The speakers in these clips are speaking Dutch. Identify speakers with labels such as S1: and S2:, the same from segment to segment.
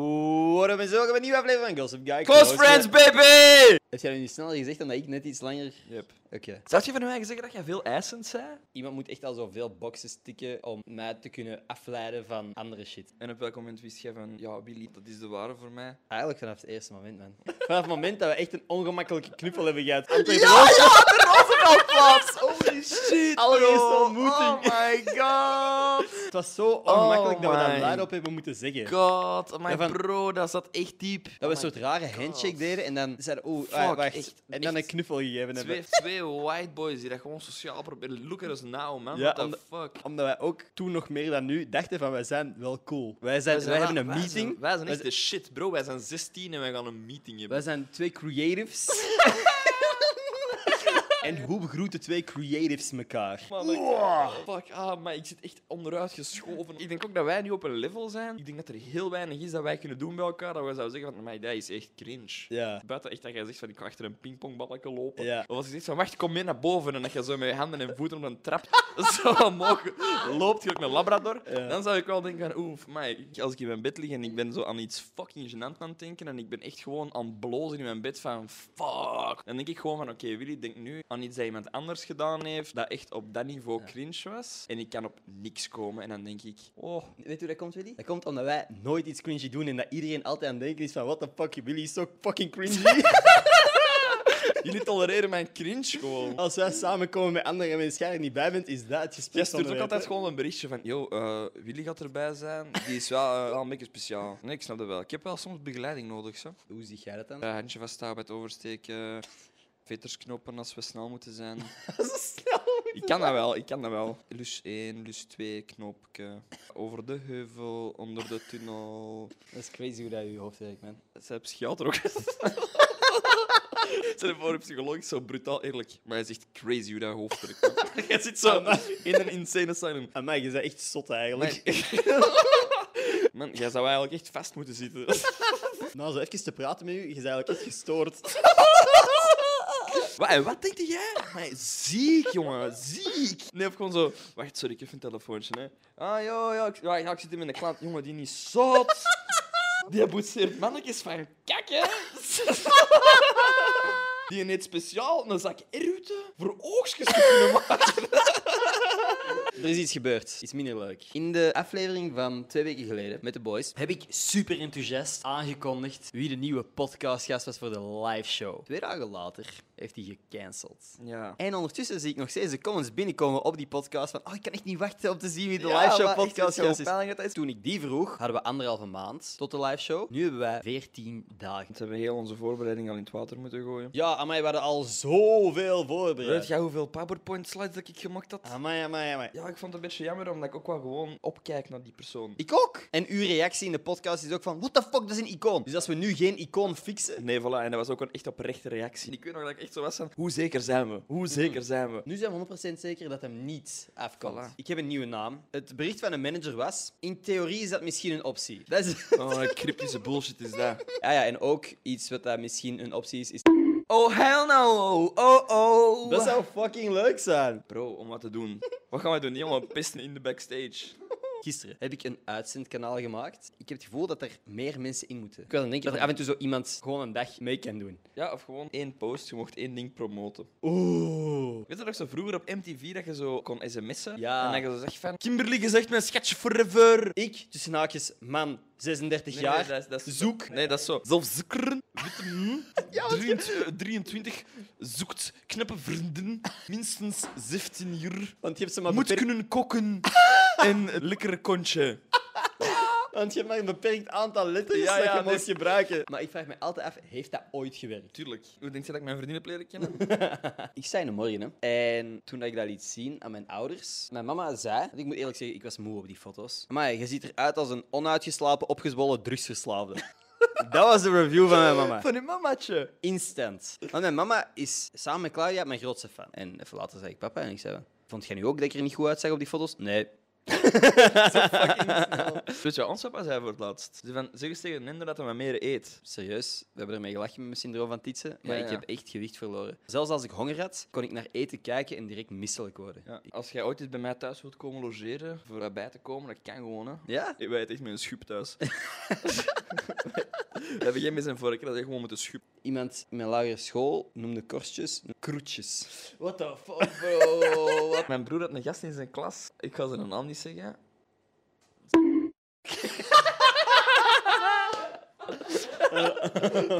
S1: geworden. We zijn ook een nieuwe aflevering van Gossip Guy.
S2: Close friends, baby!
S1: Heb jij dat nu sneller gezegd dan dat ik net iets langer...
S2: Yep.
S1: Oké.
S2: Zou je van mij zeggen dat jij veel eisend zei?
S1: Iemand moet echt al zoveel boxes tikken om mij te kunnen afleiden van andere shit.
S2: En op welk moment wist jij van, ja, Billy, dat is de ware voor mij?
S1: Eigenlijk vanaf het eerste moment, man. Vanaf het moment dat we echt een ongemakkelijke knuffel hebben gehad. Anthony
S2: Ja,
S1: Roos-
S2: ja, er was het al plaats! Holy shit,
S1: Allereerste
S2: bro.
S1: ontmoeting.
S2: Oh my god!
S1: Het was zo ongemakkelijk dat we
S2: Oh my
S1: dat luidop hebben moeten zeggen.
S2: God, my
S1: Ja, van-
S2: bro, dat zat echt diep.
S1: Dat we een
S2: Oh my
S1: soort rare handshake
S2: God.
S1: deden en dan zeiden we, oh,
S2: Fuck,
S1: ah, wacht.
S2: echt,
S1: en dan
S2: echt.
S1: een knuffel gegeven hebben.
S2: Twee, twee white boys die dat gewoon sociaal proberen. Look at us now, man.
S1: Ja,
S2: What the
S1: omdat-
S2: fuck?
S1: Omdat wij ook toen nog meer dan nu dachten van, wij zijn wel cool. Wij, zijn,
S2: Wij
S1: wij,
S2: zijn-
S1: hebben een
S2: wij zijn-
S1: meeting.
S2: Wij zijn echt
S1: Wij
S2: de shit, bro. Wij zijn 16 en wij gaan een meeting hebben.
S1: Wij zijn twee creatives. en hoe begroeten twee creatives elkaar?
S2: Man, dat-
S1: Wow.
S2: Fuck, ah, maar ik zit echt onderuit geschoven. Ik denk ook dat wij nu op een level zijn. Ik denk dat er heel weinig is dat wij kunnen doen bij elkaar. Dat wij zouden zeggen van, "Amai, dat is echt cringe.
S1: Ja.
S2: Buiten echt dat jij zegt van, ik ga achter een pingpongballetje lopen.
S1: Ja.
S2: Of als je zegt van, wacht, kom mee naar boven. En dat je zo met je handen en voeten op een trap zo omhoog loopt, gelijk een labrador.
S1: Ja.
S2: Dan zou ik wel denken van, oef, maar als ik in mijn bed lig en ik ben zo aan iets fucking gênant aan het denken. En ik ben echt gewoon aan het blozen in mijn bed van, fuck. Dan denk ik gewoon van, oké, Willy, denk nu aan iets dat iemand anders gedaan heeft. Dat echt op dat niveau cringe was. En ik kan op niks komen. En dan denk ik, oh,
S1: Weet je hoe dat komt, Willy? Dat komt omdat wij nooit iets cringy doen en dat iedereen altijd aan het denken is van what the fuck, Willy is zo fucking cringy.
S2: jullie tolereren mijn cringe gewoon.
S1: Als wij samenkomen met anderen mensen jij er niet bij bent, is dat het gesprek.
S2: Jij stuurt ook
S1: onderwerp,
S2: altijd
S1: hè?
S2: gewoon een berichtje van, yo, eh, Willy gaat erbij zijn. Die is wel, eh, wel een beetje speciaal. Nee, ik snap dat wel. Ik heb wel soms begeleiding nodig, zo.
S1: Hoe zie jij dat dan?
S2: Eh, handje vasthouden bij het oversteken. Vetersknoppen als we snel moeten zijn.
S1: Zo snel.
S2: Ik kan dat wel, ik kan dat wel. Lus 1, lus 2, knopje. Over de heuvel, onder de tunnel.
S1: Dat is crazy hoe dat in je hoofd werkt, man.
S2: Zijn psychiater ook. Zijn voor een psycholoog is zo brutaal eerlijk. Maar hij is echt crazy hoe dat hoofd werkt. Jij zit zo in een insane asylum.
S1: Aan mij, je bent echt zot eigenlijk.
S2: Man, jij zou eigenlijk echt vast moeten zitten.
S1: Nou, zo even te praten met u, je bent eigenlijk echt gestoord.
S2: Wat, en wat denk jij? Maar ziek, jongen, ziek. Nee, of gewoon zo. Wacht, sorry, ik heb een telefoontje. Hè. Ah, joh, joh, ik, ja, ik zit hier met een klant. Jongen, die is zot. Die boetseert mannetjes van kak, hè. Die neemt speciaal een zak erwten voor oogstjes te kunnen maken.
S1: Er is iets gebeurd, iets minder leuk. In de aflevering van twee weken geleden met de boys heb ik super enthousiast aangekondigd wie de nieuwe podcastgast was voor de live show. Twee dagen later heeft hij gecanceld.
S2: Ja.
S1: En ondertussen zie ik nog steeds de comments binnenkomen op die podcast van oh, ik kan echt niet wachten om te zien wie de
S2: Ja,
S1: live show
S2: maar echt,
S1: podcast
S2: het is
S1: gast
S2: zo
S1: is.
S2: pijnlijk dat dat is.
S1: Toen ik die vroeg, hadden we anderhalve maand tot de live show. Nu hebben wij 14 dagen.
S2: Ze hebben heel onze voorbereiding al in het water moeten gooien.
S1: Ja, amai, we hadden al zoveel
S2: Weet
S1: voorbereid.
S2: jij hoeveel PowerPoint slides dat ik gemaakt had?
S1: Amai, amai, amai.
S2: Ja, ik vond het een beetje jammer omdat ik ook wel gewoon opkijk naar die persoon.
S1: Ik ook. En uw reactie in de podcast is ook van, what the fuck, dat is een icoon. Dus als we nu geen icoon fixen...
S2: Nee, voilà, en dat was ook een echt oprechte reactie. Ik weet nog dat ik echt zo was van, hoe zeker zijn we? Hoe zeker zijn we?
S1: Nu zijn we 100% zeker dat hem niet afkomt.
S2: Voilà.
S1: Ik heb een nieuwe naam. Het bericht van een manager was, in theorie is dat misschien een optie. Dat is...
S2: Oh, een cryptische bullshit is dat.
S1: Ja, ja, en ook iets wat daar misschien een optie is, is...
S2: Oh, hell no! Oh, oh!
S1: Dat zou fucking leuk zijn.
S2: Bro, om wat te doen. Wat gaan we doen? Jongen, pissen in de backstage.
S1: Gisteren heb ik een uitzendkanaal gemaakt. Ik heb het gevoel dat er meer mensen in moeten. Ik wil dan denken dat er af en toe zo iemand gewoon een dag mee kan doen.
S2: Ja, of gewoon één post. Je mocht één ding promoten.
S1: Oeh.
S2: Weet je nog zo vroeger op MTV dat je zo kon sms'en?
S1: Ja.
S2: En dat je zo zegt van... Kimberly, je zegt mijn schatje forever!
S1: Ik, tussen haakjes, man, 36
S2: Nee,
S1: jaar,
S2: nee, dat is- dat is-
S1: zoek...
S2: Nee, dat is zo. Zelfzeker. Witte m. 23, 23 eh, zoekt knappe vrienden. Minstens 17 jaar.
S1: Want je hebt ze maar
S2: Moet
S1: beperkt-
S2: kunnen koken en een lekkere kontje.
S1: Want je hebt maar een beperkt aantal letters
S2: Ja, ja, dus-
S1: dat je
S2: nee.
S1: moet gebruiken. Maar ik vraag me altijd af, heeft dat ooit gewerkt? Ah,
S2: Tuurlijk. Hoe denk je dat ik mijn vriendin heb leren kennen?
S1: Ik zei een morgen, hè. En toen ik dat liet zien aan mijn ouders, mijn mama zei... want ik moet eerlijk zeggen, ik was moe op die foto's. Maar je ziet eruit als een onuitgeslapen, opgezwollen drugsverslaafde. dat was de review van mijn mama.
S2: Van uw mamaatje.
S1: Instant. Want mijn mama is samen met Claudia mijn grootste fan. En even later zei ik papa en ik zei... Vond jij nu ook dat ik er niet goed uitzag op die foto's? Nee.
S2: Weet je, wat ons papa zei voor het laatst. Ze van, zeg eens tegen Ninder dat hij wat meer eet.
S1: Serieus, we hebben ermee gelachen met mijn syndroom van Tietze, maar
S2: Ja,
S1: ik
S2: ja.
S1: heb echt gewicht verloren. Zelfs als ik honger had, kon ik naar eten kijken en direct misselijk worden.
S2: Ja. Als jij ooit eens bij mij thuis wilt komen logeren, voor bij te komen, dat kan gewoon, hè.
S1: Ja?
S2: Ik weet echt met een schup thuis. Dat begint met zijn vorige keer dat hij gewoon moeten schuppen.
S1: Iemand in mijn lagere school noemde korstjes kroetjes. What the fuck, bro? Wat-
S2: Mijn broer had een gast in zijn klas. Ik ga zijn naam niet zeggen.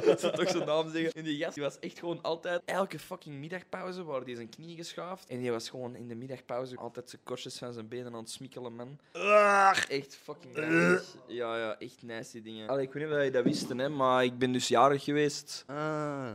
S2: Dat ze toch zijn naam zeggen. En die gast die was echt gewoon altijd... Elke fucking middagpauze waren die zijn knieën geschaafd. En die was gewoon in de middagpauze altijd zijn korstjes van zijn benen aan het smikkelen, man.
S1: Ah.
S2: Ach, echt fucking nice. Ja, ja, echt nice die dingen. Allee, ik weet niet of je dat wist, hè, maar ik ben dus jarig geweest.
S1: Ah,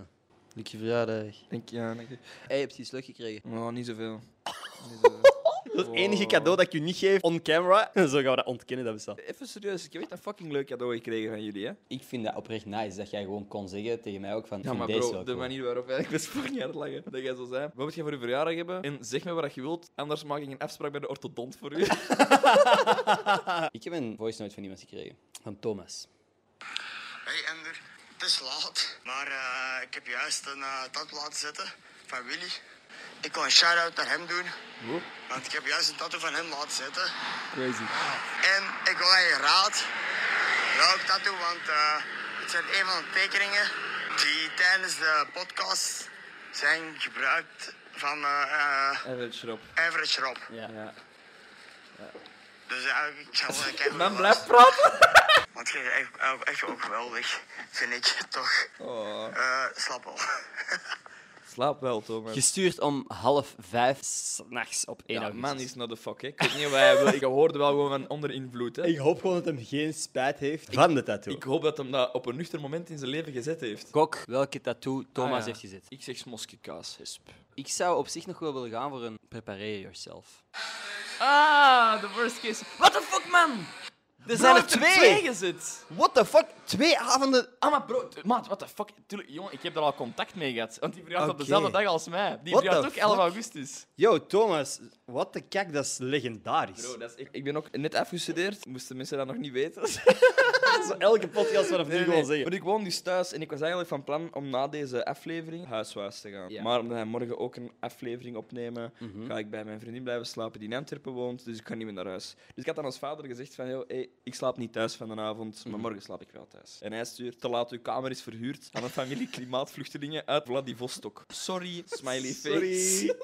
S1: leuke verjaardag.
S2: Denk, ja, denk ik.
S1: Hey, heb je iets leuk gekregen?
S2: Oh, niet zoveel. Niet zoveel.
S1: Dat is het enige cadeau dat ik je niet geef on camera. En zo gaan we dat ontkennen, dat bestaat.
S2: Even serieus, ik heb echt een fucking leuk cadeau gekregen van jullie, hè?
S1: Ik vind dat oprecht nice dat jij gewoon kon zeggen tegen mij ook van.
S2: Ja, maar bro, de manier waarop jij... Ik was vorig jaar lachen dat jij zo zei. Wat moet je voor je verjaardag hebben? En zeg me wat je wilt, anders maak ik een afspraak bij de orthodont voor u.
S1: Ik heb een voice note van iemand gekregen. Van Thomas.
S3: Hey Ender, het is laat, maar eh, ik heb juist een eh tat laten zetten van Willy. Ik wil een shout-out naar hem doen, want ik heb juist een tattoo van hem laten zetten.
S1: Crazy.
S3: En ik wil aan je raad, welk tattoo, want eh, het zijn een van de tekeningen die tijdens de podcast zijn gebruikt van eh eh
S2: Even schrap.
S3: Average Rob.
S2: Ja.
S3: Dus ja, ik zal wel kijken.
S2: Man, blijf praten!
S3: Want je is echt, ook- echt ook geweldig, vind ik, toch.
S2: Oh.
S3: Eh slap al.
S2: Slaap wel, Thomas.
S1: Gestuurd om half vijf s'nachts op 1
S2: ja,
S1: augustus.
S2: man is not the fuck, hè. Ik weet niet wat hij wil. Ik hoorde wel gewoon van onder invloed, hè.
S1: Ik hoop gewoon dat hem geen spijt heeft van de tattoo.
S2: Ik hoop dat hem dat op een nuchter moment in zijn leven gezet heeft.
S1: Gok welke tattoo Thomas
S2: Ah, ja.
S1: heeft gezet.
S2: Ik zeg smoske kaas, hesp.
S1: Ik zou op zich nog wel willen gaan voor een prepare yourself.
S2: Ah, de worst case. What the fuck, man?
S1: Er
S2: Bro, heeft er twee gezet.
S1: What the fuck? Twee avonden.
S2: Ah, maar bro, t- maat, what the fuck? Tuurlijk, jongen, ik heb daar al contact mee gehad. Want die verjaart op
S1: Oké.
S2: dezelfde dag als mij. Die
S1: What
S2: verjaart
S1: the
S2: ook 11
S1: fuck?
S2: augustus.
S1: Yo, Thomas, wat de kak, dat is legendarisch.
S2: Bro, dat is echt- Ik ben ook net afgestudeerd. Moesten mensen dat nog niet weten?
S1: Zo elke podcast vanaf nu gewoon zeggen.
S2: Maar ik woon dus thuis en ik was eigenlijk van plan om na deze aflevering huiswaarts te gaan.
S1: Ja.
S2: Maar omdat wij morgen ook een aflevering opnemen, ga ik bij mijn vriendin blijven slapen die in Antwerpen woont. Dus ik kan niet meer naar huis. Dus ik had aan ons vader gezegd van, "Yo, hey, ik slaap niet thuis van de avond, maar morgen slaap ik wel thuis. En hij stuurt, te laat, uw kamer is verhuurd aan een familie klimaatvluchtelingen uit Vladivostok. Sorry, smiley face.
S1: Sorry.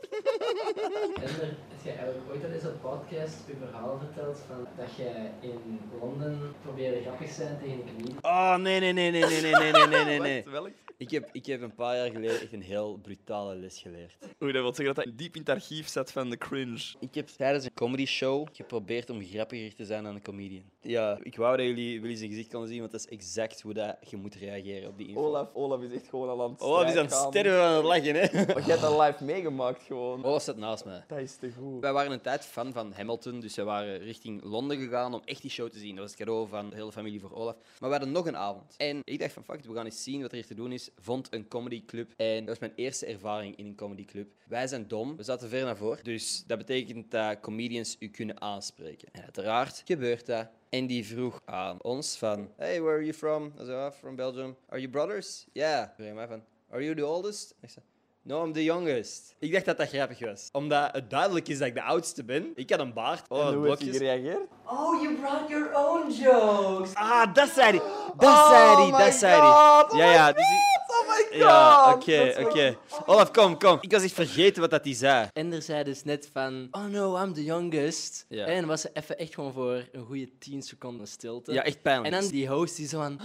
S4: Ender, heb jij eigenlijk ooit al eens op podcast je verhaal verteld van dat jij in Londen probeerde grappig te zijn tegen een comedian?
S1: Oh, nee, nee, nee, nee, nee, nee, nee, nee, nee, nee, nee.
S2: Wacht, welk?
S1: Ik heb, ik heb een paar jaar geleden echt een heel brutale les geleerd.
S2: Oei, dat wil zeggen dat hij diep in het archief zat van de cringe.
S1: Ik heb tijdens een comedy show geprobeerd om grappiger te zijn dan een comedian. Ja, ik wou dat jullie Willy zijn gezicht konden zien, want dat is exact hoe dat je moet reageren op die info.
S2: Olaf, Olaf is echt gewoon al aan het
S1: Olaf is aan het
S2: strijd gaan.
S1: Oh, sterven van het lachen, hè?
S2: Maar jij hebt dat live meegemaakt gewoon.
S1: Olaf zat Oh, naast mij.
S2: Dat is te goed.
S1: Wij waren een tijd fan van Hamilton, dus wij waren richting Londen gegaan om echt die show te zien. Dat was het cadeau van de hele familie voor Olaf. Maar we hadden nog een avond. En ik dacht van, fuck, it, we gaan eens zien wat er hier te doen is. Vond een comedyclub. En dat was mijn eerste ervaring in een comedyclub. Wij zijn dom, we zaten ver naar voren. Dus dat betekent dat comedians u kunnen aanspreken. En uiteraard gebeurt dat. En die vroeg aan ons van, hey, where are you from? Ik zei, "Ah, from Belgium. Are you brothers? Yeah. Vroeg hij mij van, are you the oldest? Ik zei, No, I'm the youngest. Ik dacht dat dat grappig was. Omdat het duidelijk is dat ik de oudste ben. Ik had een baard. Oh,
S2: hoe heeft hij
S1: blokjes.
S2: gereageerd?
S4: Oh, you brought your own jokes!
S1: Ah, dat zei hij. Dat zei hij, dat zei hij. ja, ja. dus ik-
S2: Oh my god!
S1: ja, oké, oké. Olaf, kom, kom. Ik was echt vergeten wat dat hij zei.
S4: Ender zei dus net van, oh no, I'm the youngest.
S1: Ja.
S4: En was ze even echt gewoon voor een goede 10 seconden stilte.
S1: Ja, echt pijnlijk.
S4: En dan die host die zo van,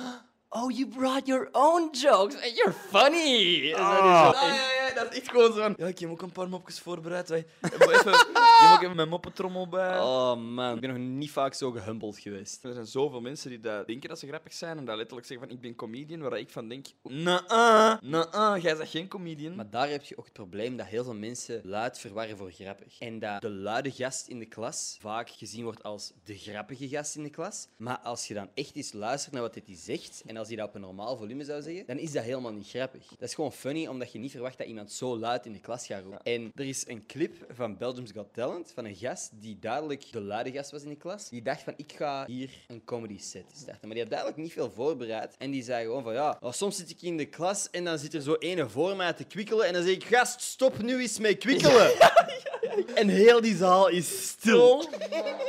S4: oh, you brought your own jokes and you're funny! En dan is
S2: Ja,
S4: zo-
S2: ja, ja, dat is echt gewoon zo van... Ja, ik heb ook een paar mopjes voorbereid. Wij... Ik moet even... Je moet even mijn moppentrommel bij.
S1: Oh man, ik ben nog niet vaak zo gehumbeld geweest.
S2: Er zijn zoveel mensen die dat denken dat ze grappig zijn en dat letterlijk zeggen van ik ben comedian, waar ik van denk... Nah, nah, jij bent geen comedian.
S1: Maar daar heb je ook het probleem dat heel veel mensen luid verwarren voor grappig. En dat de luide gast in de klas vaak gezien wordt als de grappige gast in de klas. Maar als je dan echt eens luistert naar wat hij zegt, en als hij dat op een normaal volume zou zeggen, dan is dat helemaal niet grappig. Dat is gewoon funny, omdat je niet verwacht dat iemand zo luid in de klas gaat roepen. En er is een clip van Belgium's Got Talent van een gast die duidelijk de luide gast was in de klas. Die dacht van, ik ga hier een comedy set starten. Maar die had duidelijk niet veel voorbereid. En die zei gewoon van, ja, nou, soms zit ik in de klas en dan zit er zo ene voor mij te kwikkelen. En dan zeg ik, gast, stop nu eens mee kwikkelen. En heel die zaal is stil.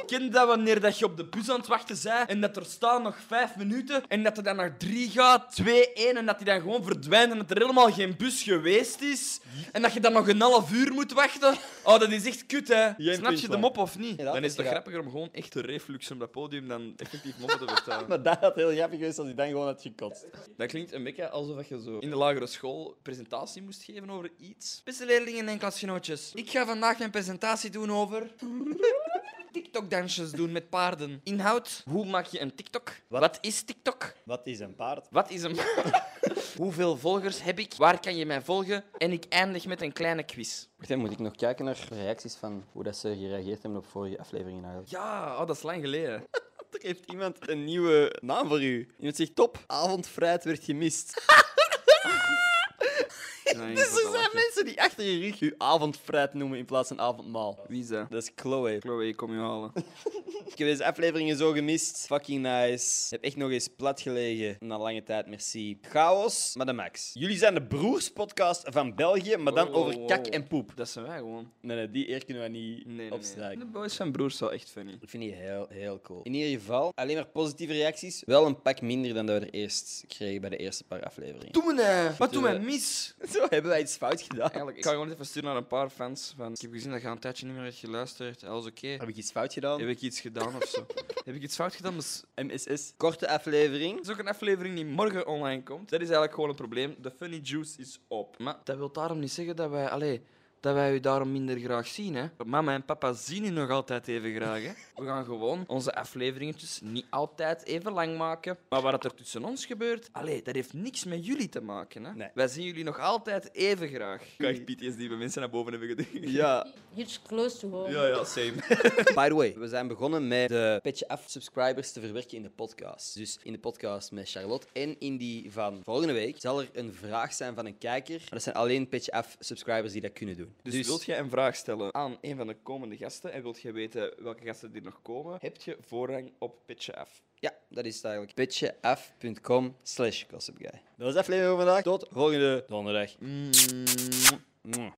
S2: Ken dat wanneer dat je op de bus aan het wachten bent en dat er staan nog vijf minuten en dat er dan naar drie gaat, twee, één en dat die dan gewoon verdwijnt en dat er helemaal geen bus geweest is en dat je dan nog een half uur moet wachten? Oh, dat is echt kut, hè? Snap je de
S1: punchline.
S2: mop of niet?
S1: Ja, dat
S2: dan
S1: is
S2: is het toch
S1: raar.
S2: grappiger om gewoon echt te refluxen op dat podium dan effectief moppen te vertellen.
S1: Maar dat had heel grappig geweest als hij dan gewoon had gekotst.
S2: Dat klinkt een beetje alsof je zo in de lagere school presentatie moest geven over iets. Beste leerlingen en klasgenootjes, ik ga vandaag mijn presentatie doen over... TikTok-dansjes doen met paarden. Inhoud, hoe maak je een TikTok? Wat, is TikTok?
S1: Wat is een paard?
S2: Wat is een... Hoeveel volgers heb ik? Waar kan je mij volgen? En ik eindig met een kleine quiz.
S1: Wacht even, moet ik nog kijken naar de reacties van hoe dat ze gereageerd hebben op vorige afleveringen eigenlijk?
S2: Ja, oh, dat is lang geleden.
S1: Er heeft iemand een nieuwe naam voor u. Iemand zegt top, avondvrijheid werd gemist. Dus er zijn mensen die achter je rug je avondvrijheid noemen in plaats van avondmaal.
S2: Wie is dat?
S1: Dat is Chloe.
S2: Chloe, kom je halen.
S1: Ik heb deze afleveringen zo gemist. Fucking nice. Heb echt nog eens plat gelegen. Na lange tijd, merci. Chaos, maar de max. Jullie zijn de broerspodcast van België, maar dan
S2: Wow, wow,
S1: over
S2: wow.
S1: kak en poep.
S2: Dat zijn wij gewoon.
S1: Nee, nee, die eer kunnen we niet
S2: Nee, nee, nee.
S1: opstrijken.
S2: De boys zijn broers wel echt funny.
S1: Ik vind die heel, heel cool. In ieder geval, alleen maar positieve reacties. Wel een pak minder dan dat we er eerst kregen bij de eerste paar afleveringen.
S2: Doe me nou! Wat doen
S1: eh,
S2: wij mis?
S1: Zo hebben wij iets fout gedaan.
S2: Eigenlijk, ik ga gewoon even sturen naar een paar fans. Van, ik heb gezien dat je al een tijdje niet meer hebt geluisterd. Alles oké?
S1: Heb ik iets fout gedaan?
S2: Heb ik iets gedaan of zo? heb ik iets fout gedaan? Dat is-
S1: MSS. Korte aflevering.
S2: dat is ook een aflevering die morgen online komt. Dat is eigenlijk gewoon een probleem. De funny juice is op. Maar dat wil daarom niet zeggen dat wij... Allee, dat wij u daarom minder graag zien, hè. Mama en papa zien u nog altijd even graag, hè. We gaan gewoon onze afleveringetjes niet altijd even lang maken. Maar wat er tussen ons gebeurt... Allee, dat heeft niks met jullie te maken, hè.
S1: Nee.
S2: Wij zien jullie nog altijd even graag. Ik ga echt PTSD bij mensen naar boven hebben geduwd.
S1: Ja.
S5: It's close to home.
S2: Ja, ja, same.
S1: By the way, we zijn begonnen met de Petje Af subscribers te verwerken in de podcast. Dus in de podcast met Charlotte en in die van volgende week zal er een vraag zijn van een kijker. Maar dat zijn alleen Petje Af subscribers die dat kunnen doen.
S2: Dus, wilt jij een vraag stellen aan een van de komende gasten en wilt jij weten welke gasten er nog komen, heb je voorrang op Pitje Af.
S1: Ja, dat is het eigenlijk. Pitjeaf.com slash gossipguy. Dat was de aflevering van vandaag. Tot volgende donderdag. Mwah.